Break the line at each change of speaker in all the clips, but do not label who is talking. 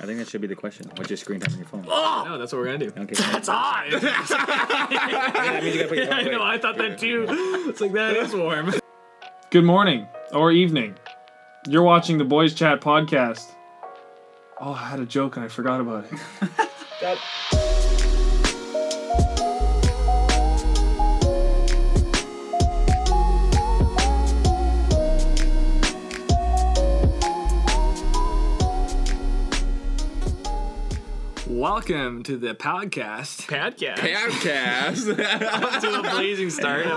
I think that should be the question. What's your screen time on your phone?
No, that's what we're gonna do.
Okay.
That's hot.
That means you gotta put your phone
I
away.
know. I thought that too. It's like that is warm.
Good morning or evening. You're watching the Boys Chat podcast. Oh, I had a joke and I forgot about it.
Welcome to the podcast. Podcast.
Podcast.
to a blazing start.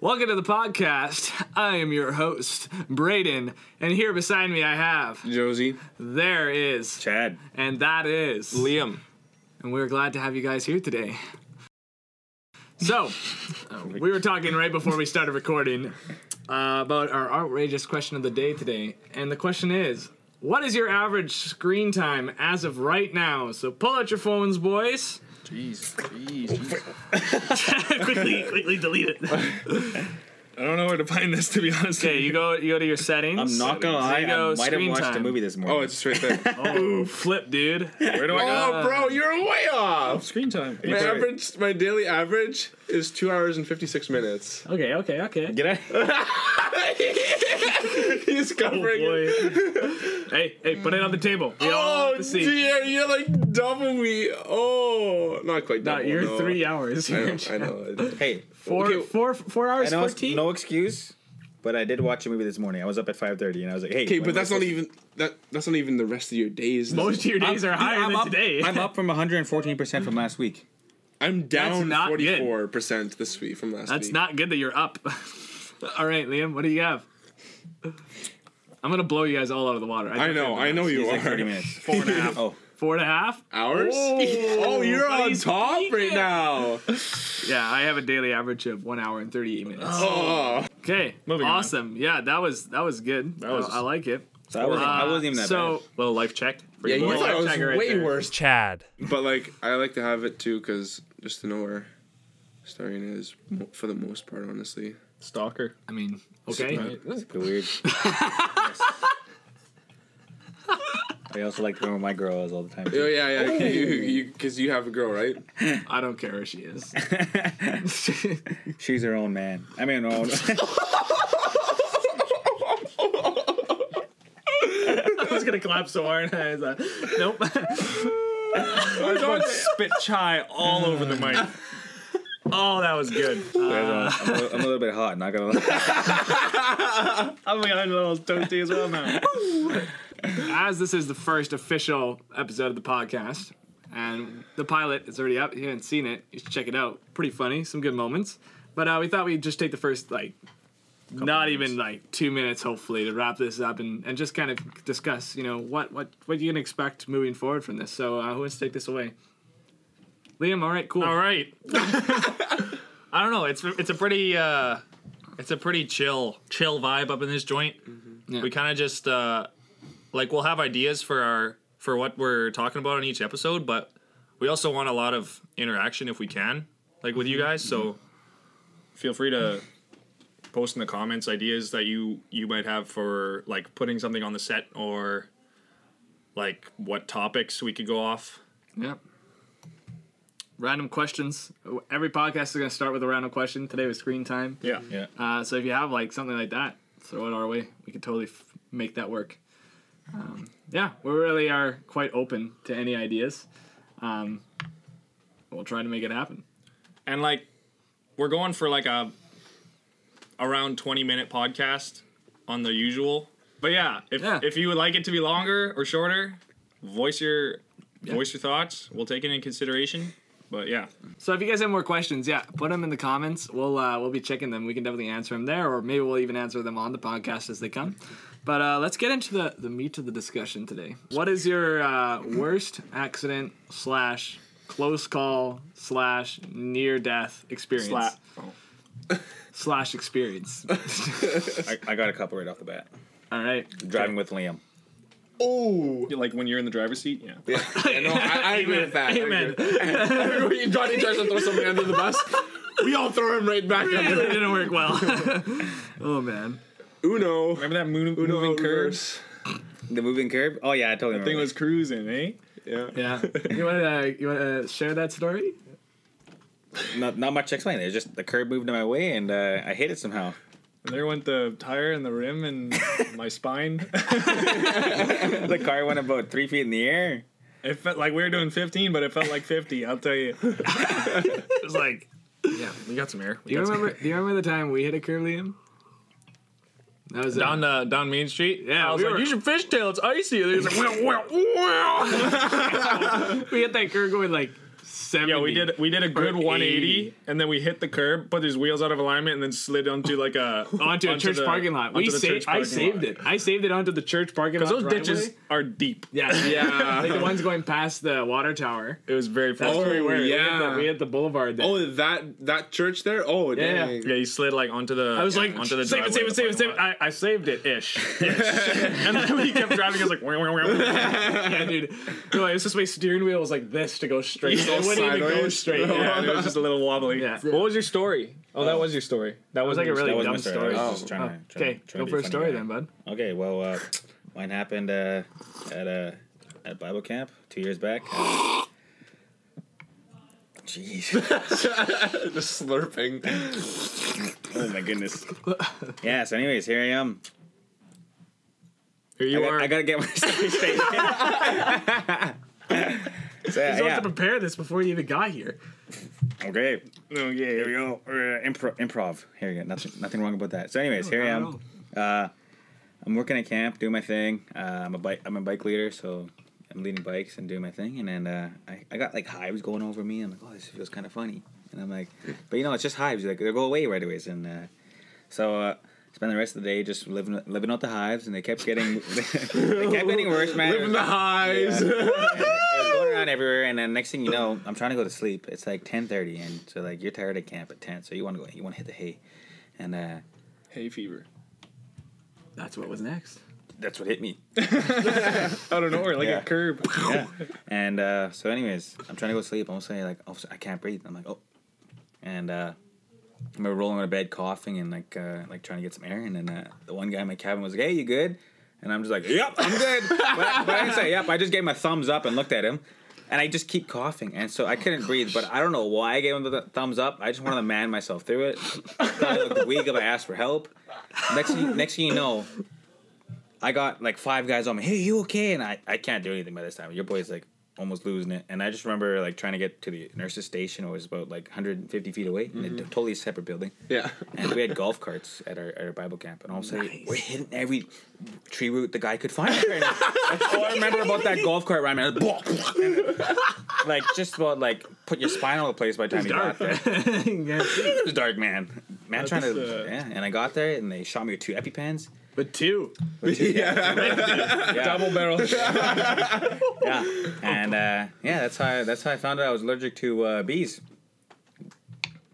Welcome to the podcast. I am your host, Braden, and here beside me I have
Josie.
there is
Chad.
and that is
Liam.
and we're glad to have you guys here today. So, we were talking right before we started recording uh, about our outrageous question of the day today. And the question is What is your average screen time as of right now? So, pull out your phones, boys.
Jeez, jeez, jeez.
quickly, quickly delete it.
I don't know where to find this to be honest.
Oh,
Okay, you go, you go to your settings.
I'm not gonna lie.
Zero
I might have
screen
watched a
time.
movie this morning.
Oh, it's just right there.
Ooh, flip, dude.
Where do I go?
Oh,
Uh,
bro, you're way off.
Screen time.
My average, my daily average is two hours and fifty six minutes.
Okay, okay, okay.
Did I?
Oh,
He's covering. it.
hey, hey, put it on the table. We all
Oh,
have to Uh, see.
dear, you're like double me. Oh, not quite
No,
double.
Uh, you're
no.
three hours.
I know. I know. I know.
Hey,
Four,
Okay.
four, four hours
and I was,
14?
no excuse, but I did watch a movie this morning. I was up at 5:30 and I was like, hey.
Okay,
when
but
am I
that's not
supposed to-
even that. That's not even the rest of your days.
Most of your days are
Dude,
higher
I'm
than
up,
today.
I'm up from 114 percent from last week.
I'm down
not good.
forty four percent this week from last
That's
week.
not good that you're up. all right, Liam, what do you have? I'm gonna blow you guys all out of the water.
I know. I know you
It's like 30
are.
minutes. Four and a half. Oh,
Four and a half
Hours? Oh, you're on
buddy's
top right
peaking.
now.
Oh. Yeah, I have a daily average of one hour and 38 minutes.
Oh,
Okay,
Moving on.
awesome. Yeah, that was that was good. That
was-
I, like it. Uh,
so I wasn't, I wasn't even that
so little life check. For
yeah,
you
you
boys.
thought it was
Checker right
way
there.
worse
Chad.
But like, I like to have it too, cause just to know where starting is mo- for the most part, honestly.
Stalker.
I mean, okay.
Right.
bad. Weird. I also like to remember my girls all the time.
Oh
too.
yeah, yeah, you, you, cause you have a girl, right?
I don't care where she is.
She's her own man. I mean, her own.
I was gonna clap so hard. I was like, nope.
spit chai all over the mic.
oh, that was good.
I'm, a little, I'm a little bit hot. Not gonna lie.
I'm behind a little toasty as well now.
as this is the first official episode of the podcast, and the pilot is already up, if you haven't seen it, you should check it out. Pretty funny, some good moments. But uh, we thought we'd just take the first, like, not even like two minutes, hopefully, to wrap this up and, and just kind of discuss, you know, what what what you can expect moving forward from this. So, uh, who wants to take this away? Liam, all right, cool.
All right. I don't know. It's it's a pretty uh, it's a pretty chill chill vibe up in this joint.
Mm-hmm. Yeah.
We kind of just uh, like we'll have ideas for our for what we're talking about on each episode, but we also want a lot of interaction if we can, like with
Mm-hmm.
you guys. So feel free to post in the comments ideas that you you might have for like putting something on the set or like what topics we could go off.
Mm-hmm. Yep. Random questions. Every podcast is going to start with a random question. Today was screen time.
Yeah.
yeah.
Uh, so if you have like something like that, throw it our way. We could totally f- make that work. Um, yeah, we really are quite open to any ideas. Um, we'll try to make it happen.
and like we're going for like a around 20 minute podcast on the usual but yeah if,
Yeah.
if you would like it to be longer or shorter voice your voice your thoughts we'll take it in consideration but yeah
So if you guys have more questions, yeah, put them in the comments. We'll uh, we'll be checking them. We can definitely answer them there, or maybe we'll even answer them on the podcast as they come. But uh, let's get into the the meat of the discussion today. What is your uh, worst accident slash close call slash near death experience
Sla-
slash experience?
I, I got a couple right off the bat.
All right.
Driving with Liam.
Oh,
like when you're in the driver's seat yeah
no, I, I agree with that. I agree
Amen.
with that. Everybody- Johnny tries to throw somebody under the bus. We all throw him right back under.
It didn't work well. oh man.
Uno,
remember that moon,
Uno
moving
reverse.
The moving curb. Oh yeah, I totally.
That thing was cruising, eh?
Yeah.
Yeah. You want to uh, you want to share that story?
not not much explaining. It's just the curb moved in my way, and uh, I hit it somehow.
And there went the tire and the rim and my spine.
the car went about three feet in the air.
It felt like we were doing 15, but it felt like 50. I'll tell you.
It was like, yeah, we got some air. We
Do you
got some
remember? Do you remember the time we hit a curb, Liam? That was uh,
down uh, down Main Street.
Yeah,
I was
we
like,
were-
you should fishtail. It's icy. And he was like, wow, wow, wow.
We hit that curb going like seventy.
Yeah, we did we did a good 180, and then we hit the curb, put his wheels out of alignment, and then slid onto like a
onto a
onto
church
the-
parking lot. We
onto the
saved.
church
I
parking
saved
lot.
it. I saved it onto the church parking lot.
because those
driveway.
ditches are deep.
Yeah, yeah. like the ones going past the water tower.
It was very fast.
Oh,
We hit the,
yeah.
we hit the boulevard. There.
Oh, that that church there. Oh,
Yeah,
yeah.
yeah.
Dang.
Yeah, he slid like onto the.
I was like,
onto the
save it, save
driveway of
it,
the
save it, save it.
parking
I, I saved it ish.
and then we kept driving. I was like, "Wah, wah, wah, wah."
yeah, dude. No, it was just my steering wheel was like this to go straight.
all
it wouldn't even go
sideways.
straight.
yeah,
Yeah.
and it was just a little wobbly.
Yeah.
What was your story? Oh, that was your story. That
was
was
like a really-
That was
Dumb
my
Oh,
story. I was just trying to, trying,
Okay,
trying to
go
be
for a
funny
story
guy.
then, bud.
Okay, well, uh, mine happened uh, at uh, at Bible camp two years back. Uh, Jeez,
The slurping.
oh my goodness. Yeah. So, anyways, here I am.
lot. Here you
I,
are.
got, I gotta get my story straight. so,
You have
yeah.
to prepare this before you even got here.
Okay.
Oh yeah.
Here we go. Uh, impro- improv. Here we go. Nothing, nothing wrong about that. So, anyways, here I
not at
am. Uh, I'm working at camp, doing my thing. Uh, I'm a bike. I'm a bike leader, so I'm leading bikes and doing my thing. And then uh, I, I got like hives going over me. I'm like, oh, this feels kind of funny. And I'm like, but you know, it's just hives. Like they'll go away right away. And uh, so. Uh, Spend the rest of the day just living living out the hives, and they kept getting they kept getting worse, man. It was-
highs.
it was going around everywhere, and then next thing you know, I'm trying to go to sleep. It's like 10:30, and so like you're tired at camp at 10, so you want to go, you want to hit the hay, and uh,
Hay fever.
That's what was next.
that's what hit me.
Out of nowhere, like
Yeah.
a curb.
And uh, so, anyways, I'm trying to go to sleep. I'm saying like, oh, I can't breathe. I'm like, oh, and uh, I remember rolling out of bed, coughing, and like uh, like trying to get some air. And then uh, the one guy in my cabin was like, hey, you good? And I'm just like, yep, I'm good. but, I, but I didn't say yep. I just gave my thumbs up and looked at him. And I just keep coughing, and so I couldn't breathe. But I don't know why I gave him the th- thumbs up. I just wanted to man myself through it. I looked weak if I asked for help. Next thing, next thing you know, I got like five guys on me. Hey, you okay? And I, I can't do anything by this time. Your boy's like almost losing it. And I just remember like trying to get to the nurses station. It was about like 150 feet away in
Mm-hmm.
a totally separate building.
Yeah.
And we had golf carts at our, at our Bible camp. And all of a sudden, we're hitting every tree root the guy could find. That's all I remember about that golf cart ride, man. like just about like put your spine all over the place by the time you got there. It was dark, man. Man, trying to
uh,
yeah. And I got there, and they shot me with two epipens.
But two.
Yeah.
Double barrel.
yeah, and uh, yeah, that's how I, that's how I found out I was allergic to uh, bees.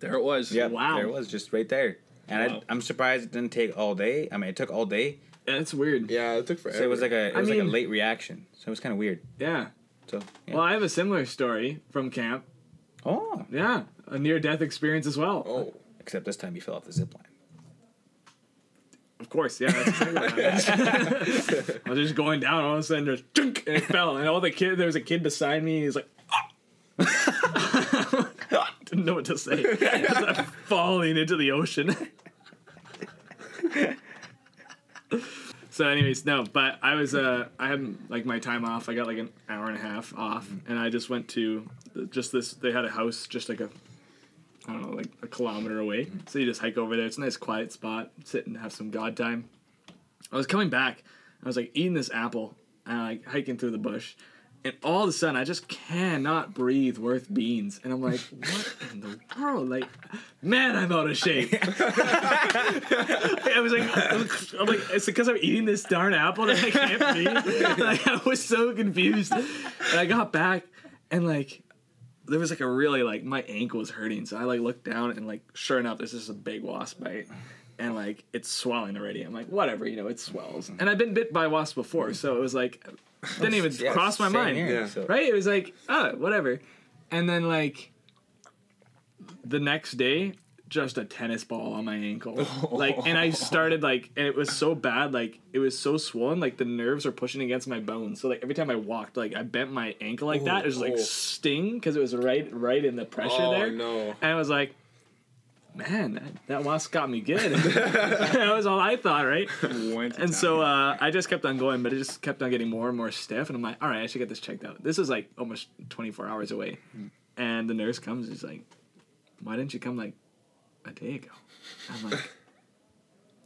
there it was.
Yeah,
Wow.
there it was just right there, and
Wow.
I, I'm surprised it didn't take all day. I mean, it took all day,
That's weird. Yeah.
Yeah, it took forever.
so it was like a it
I
was like a
mean-
late reaction, so it was kind of weird. So yeah.
Well, I have a similar story from camp.
oh,
Yeah, a near-death experience as well.
Oh.
except this time you fell off the zip line.
Of course, yeah. That's exactly what happened. I was just going down, all of a sudden, just chunk, and it fell. And all the kid, there was a kid beside me, and he's like, "Ah." didn't know what to say. 'Cause I'm falling into the ocean. so, anyways, no, but I was, uh, I had like my time off. I got like an hour and a half off, and I just went to just this. They had a house, just like a I don't know, like a kilometer away. So you just hike over there. It's a nice quiet spot, sit and have some god time. I was coming back. I was like eating this apple and like hiking through the bush. And all of a sudden, I just cannot breathe worth beans. And I'm like, what in the world? Like, man, I'm out of shape. I was like, I'm like, it's because I'm eating this darn apple that I can't breathe. Like, I was so confused. And I got back and like, there was like a really like my ankle was hurting, so I like looked down and like sure enough, this is a big wasp bite, and like it's swelling already. I'm like, whatever, you know, it swells. And I've been bit by wasps before, so it was like didn't even
Yeah,
cross my
same
mind,
here,
Yeah.
so-
right? It was like oh whatever, and then like the next day, just a tennis ball on my ankle. like, and I started like, and it was so bad, like it was so swollen, like the nerves are pushing against my bones. So like every time I walked, like I bent my ankle like that, it was like
Oh.
sting because it was right, right in the pressure
Oh,
there.
no.
And I was like, man, that, that wasp got me good. that was all I thought, right?
Went
And so uh, I just kept on going, but it just kept on getting more and more stiff. And I'm like, all right, I should get this checked out. This is like almost 24 hours away. And the nurse comes and she's like, why didn't you come like a day ago? I'm like,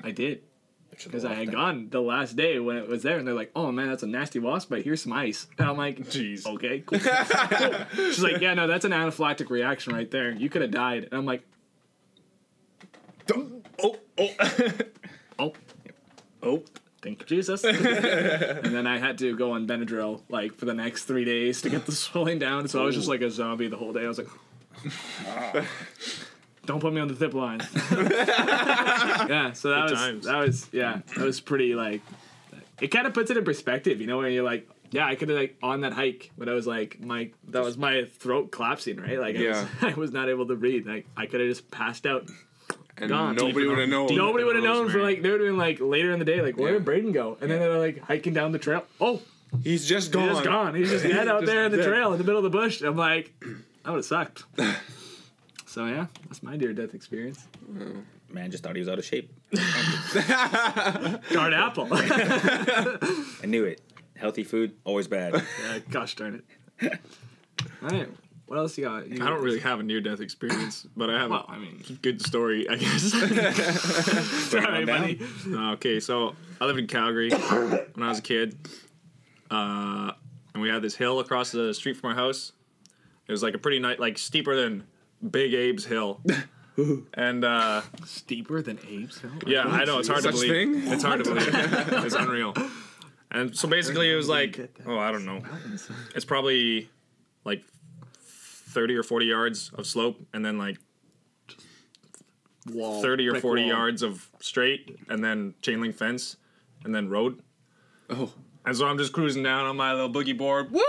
I did. Because I had gone the last day when it was there. And they're like, oh man, that's a nasty wasp, but here's some ice. And I'm like,
Jeez.
okay, cool. cool. She's like, yeah, no, that's an anaphylactic reaction right there. You could have died. And I'm like,
Oh, oh.
oh,
oh.
thank you, Jesus. and then I had to go on Benadryl like for the next three days to get the swelling down. So I was just like a zombie the whole day. I was like, don't put me on the zip line. yeah, so that
Good
was
times.
that was yeah that was pretty like it kind of puts it in perspective, you know, when you're like. Yeah, I could have like on that hike, but I was like my that was my throat collapsing, right? Like I,
Yeah.
was, I was not able to breathe. Like I could have just passed out
And
Gone.
nobody would have known.
Nobody would have known for
Rosemary.
like they would have been like later in the day, like where
Yeah.
did Braden go? And then they're like hiking down the trail. Oh,
He's just gone.
he's just gone. He's just dead out
Just
there in the
dead.
trail in the middle of the bush. I'm like, that would have sucked. so yeah, that's my dear death experience.
Man just thought he was out of shape.
Darn apple.
I knew it. Healthy food, always bad.
Yeah, gosh darn it. All right, what else you got? You
I don't really have a near death experience, but I have
Well,
a
I mean,
good story, I guess.
sorry,
down.
buddy.
No, okay, so I lived in Calgary when I was a kid, uh, and we had this hill across the street from our house. It was like a pretty nice, like steeper than Big Abe's hill. and uh,
Steeper than apes. huh?
yeah, I know it's hard
Such
to believe.
thing?
It's hard to believe. It's unreal. And so basically, it was like, oh, I don't know. It's probably like thirty or forty yards of slope, and then like
Wall,
30 or
brick
40
wall.
yards of straight and then chain link fence and then road.
Oh.
And so I'm just cruising down on my little boogie board. Woo!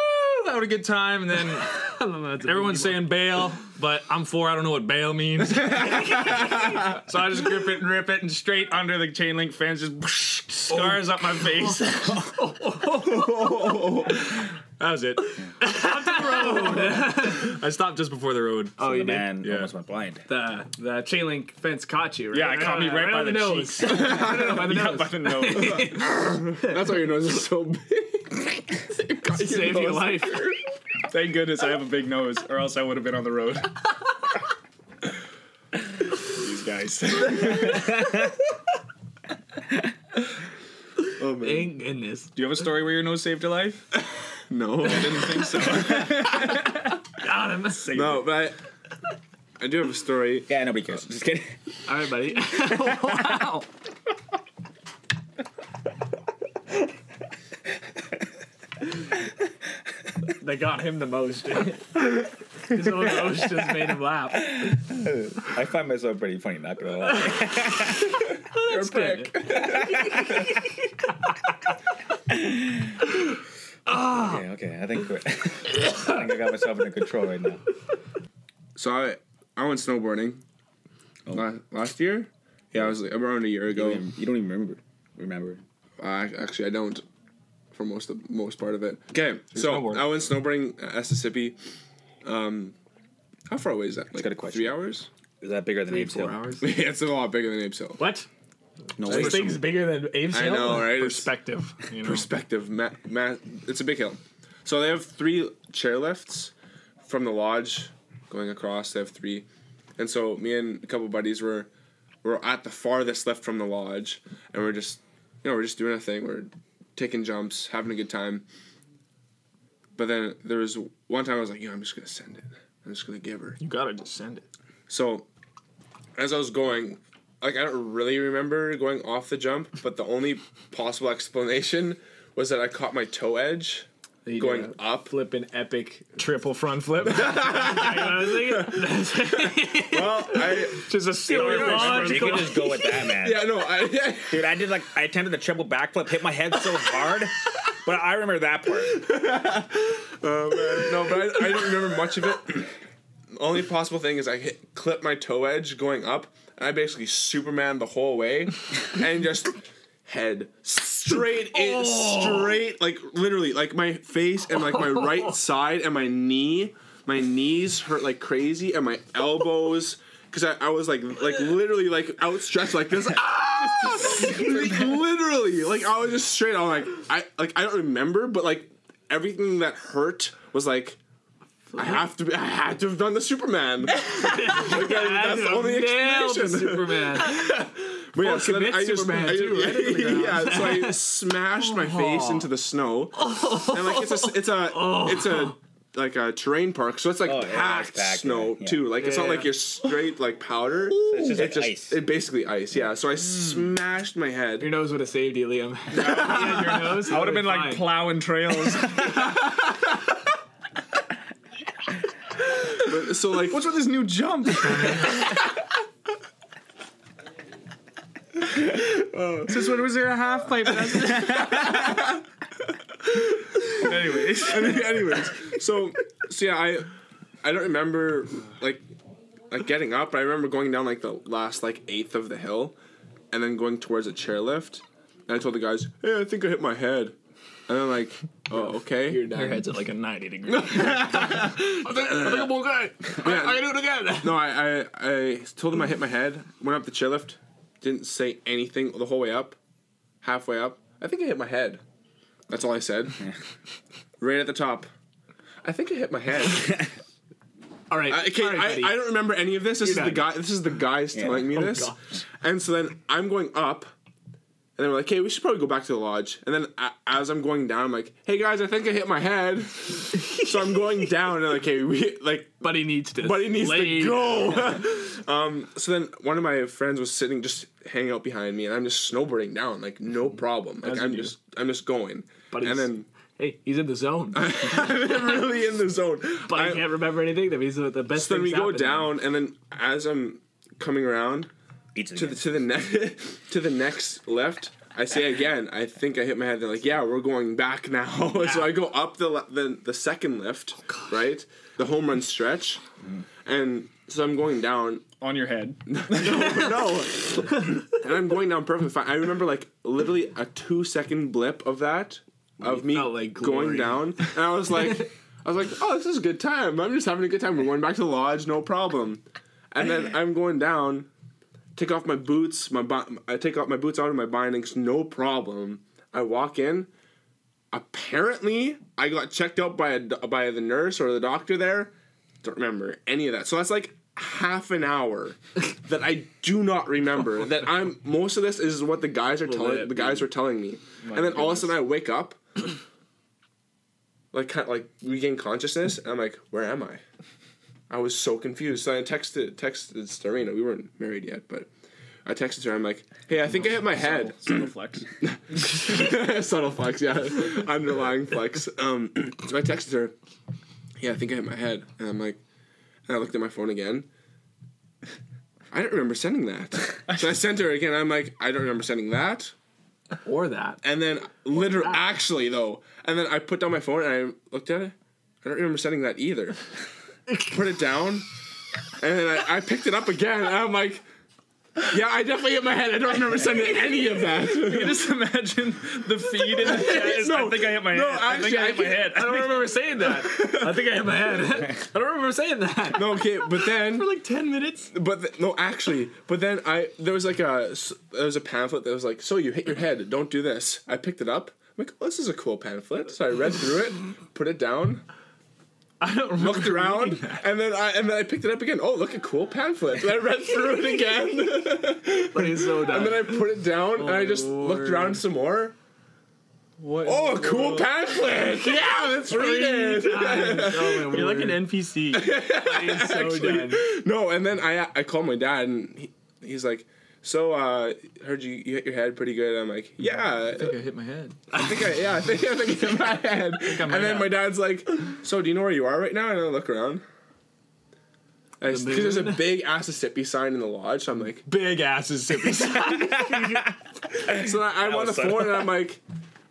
Having a good time. And then
I don't know, that's a
everyone's
big
saying bail, but I'm four. I don't know what bail means. so I just grip it and rip it and straight under the chain link fence, just scars up my face. that was it. I stopped just before the road.
Oh,
the
you did.
man
Yeah.
almost went blind.
The the chain link fence caught you. Right?
Yeah, it caught me right by
on
the
nose. Right on the nose.
I didn't know.
That's why your nose is so big.
Save your life.
Thank goodness I have a big nose, or else I would have been on the road. These guys. Do
Oh man.
Thank goodness.
you have a story where your nose saved your life?
No, I didn't think so.
Got him.
no, but I, I do have a story.
Yeah, nobody cares. Just kidding.
All right, buddy. wow. they got him the most. His own nose just made him laugh.
I find myself pretty funny, not gonna lie.
That's good.
okay, okay, I think, I think I got myself under control right now.
So I I went snowboarding La- last year. Yeah, I was like, around a year ago.
You don't even remember. Remember.
I, actually, I don't for most of most part of it. Okay, so
snowboard.
I went snowboarding at Mississippi. Um, how far away is that? Like
got a question.
Three hours?
Is that bigger than
Three,
Abe's
four
Hill?
hours.
Yeah, it's a lot bigger than Ape's Hill.
What?
No way.
This thing's bigger than Abe's
I
Hill?
know, right? It's-
Perspective. You know?
perspective. Ma- ma- it's a big hill. So they have three chair lifts from the lodge going across. They have three, and so me and a couple buddies were were at the farthest left from the lodge, and we're just you know we're just doing a thing. We're taking jumps, having a good time. But then there was one time I was like, you know, I'm just gonna send it. I'm just gonna give her.
You gotta just send it.
So, as I was going, like I don't really remember going off the jump, but the only possible explanation was that I caught my toe edge
They
going
do a
up.
Flipping epic.
Triple front flip.
Well, I
Just a silly
You
logical-
can just go with that, man.
yeah no I
Dude, I did like I attempted the triple backflip, hit my head so hard, but I remember that part.
no, but I, I don't remember much of it. only possible thing is I hit, clip my toe edge going up, and I basically Superman the whole way, and just head straight in, straight like literally like my face and like my right side and my knee, my knees hurt like crazy, and my elbows. Cause I, I was like like literally like outstretched like this, ah! like, literally like I was just straight. I'm like I like I don't remember, but like everything that hurt was like I have to be, I had to have done the Superman. Like, that- that's the only explanation.
Superman.
But yeah, so then
commit
I just
Oh, Superman
I,
too, right in the ground.
yeah, so I smashed my face into the snow,
Oh.
and like it's a it's a it's a like a terrain park, so it's like
Oh, yeah, it's
packed
packed,
snow
yeah.
too. Like it's not
Yeah.
like you're straight like powder.
it's just
It's
like
just
ice.
it basically ice. Yeah, so I
Mm.
smashed my head.
Your nose would have saved you, Liam. yeah, your nose.
I would have been like plowing trails.
So like
What's with this new jump? Since when was there a half pipe? Anyways,
anyways so so yeah i i don't remember like like getting up but i remember going down like the last like eighth of the hill and then going towards a chairlift and i told the guys hey i think i hit my head and then like oh okay
Your head's at like a 90 degree.
Yeah,
do it again.
no I, I i told them i hit my head went up the chairlift didn't say anything the whole way up halfway up i think i hit my head that's all i said right at the top i think i hit my head
All right.
I, okay,
all right, buddy.
I, I don't remember any of this. This is
You're
the
done. Oh,
guy. This is the guys telling me this.
gosh.
And so then I'm going up, and then we're like, "Hey, we should probably go back to the lodge." And then a as I'm going down, I'm like, "Hey guys, I think I hit my head." so I'm going down, and like, "Hey, we like,
Buddy needs to.
buddy needs
lay
to go." um, so then one of my friends was sitting just hanging out behind me, and I'm just snowboarding down, like no problem. Like
As
I'm
you do.
just I'm just going,
Buddy's-
and then
Hey, he's in the zone.
really in the zone.
But I,
I'm-
can't remember anything. That means that the best.
So then we
things
go
happened.
down, and then as I'm coming around
Beats it
to the
again.
to the next to the next left, I say again. I think I hit my head. They're like, "Yeah, we're going back now." so I go up the le- the, the second lift, right, the home run stretch, and so I'm going down.
on your head.
no, and I'm going down perfectly fine. I remember like literally a two second blip of that of me
felt like
going
glory.
down, and I was like, I was like, "Oh, this is a good time. I'm just having a good time. We're going back to the lodge, no problem." And then I'm going down, take off my boots, my bi- I take off my boots out of my bindings, no problem. I walk in. Apparently, I got checked out by a d by the nurse or the doctor there. Don't remember any of that. So that's like half an hour that I do not remember. that I'm most of this is what the guys are telling the guys were telling me. and then all of a sudden I wake up. Like kind of like regain consciousness, and I'm like, where am I? I was so confused. So I texted texted Starina. We weren't married yet, but I texted her. I'm like, "Hey, I think I hit my head."
Subtle flex.
Subtle flex, yeah, underlying flex. Um, so I texted her. Yeah, I think I hit my head, and I'm like, and I looked at my phone again. I don't remember sending that. So I sent her again. I'm like, I don't remember sending that.
Or that.
And then, literally, actually though, and then I put down my phone and I looked at it. I don't remember sending that either. put it down, and then I, I picked it up again. And I'm like, yeah, I definitely hit my head. I don't remember sending any of that.
You just imagine the feed in the chat. Is,
No,
I think I hit my
no,
head.
actually,
I think
I
I hit my
can-
head.
I don't remember saying that. I think I hit my head. I don't remember saying that.
No, okay, but then
For like ten minutes.
But th- no, actually, but then I there was like a s- there was a pamphlet that was like, so you hit your head, don't do this. I picked it up. I'm like, oh, this is a cool pamphlet. So I read through it, put it down,
I don't remember.
looked around, and then I and then I picked it up again. Oh, look, a cool pamphlet. And I read through it again,
But he's so
and
done.
then I put it down, and I just looked around some more.
Oh, What?
Oh, a cool pamphlet. Yeah, let's read it.
Oh, my
You're like
word.
an NPC.
He's so done.
No, and then I I called my dad and he, he's like, so uh heard you you hit your head pretty good. I'm like, yeah, I think I hit my head. I think I yeah I think I think I hit my head. and then my dad's like, so do you know where you are right now? And I look around. Because there's a big Mississippi sign in the lodge, so I'm like,
Big asses.
so I, I want a phone, and I'm like,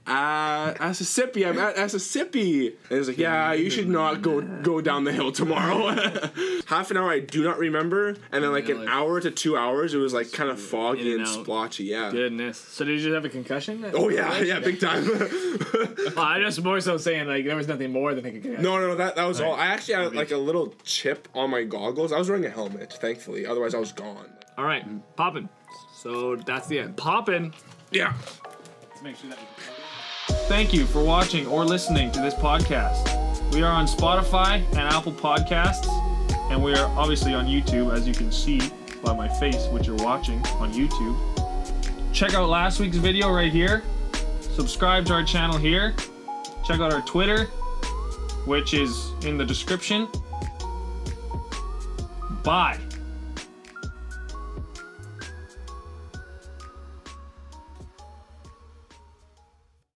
uh, Mississippi, I'm at Mississippi. And he's like, yeah, you should not go go down the hill tomorrow. Half an hour, I do not remember, and then like
Yeah,
an
like-
hour to two hours, it was like kind of foggy
In
and
and out.
splotchy. Yeah.
Goodness. So did you just have a concussion?
Oh yeah, yeah, big time.
Well, I just more so saying like there was nothing more than a concussion.
no, no, that that was all. I actually had like a little chip on my goggles. I was wearing a helmet, thankfully. Otherwise, I was gone.
All right, poppin'. So that's the end. Poppin'.
Yeah.
Thank you for watching or listening to this podcast. We are on Spotify and Apple Podcasts, and we are obviously on YouTube, as you can see by my face, which you're watching on YouTube. Check out last week's video right here. Subscribe to our channel here. Check out our Twitter, which is in the description. Bye.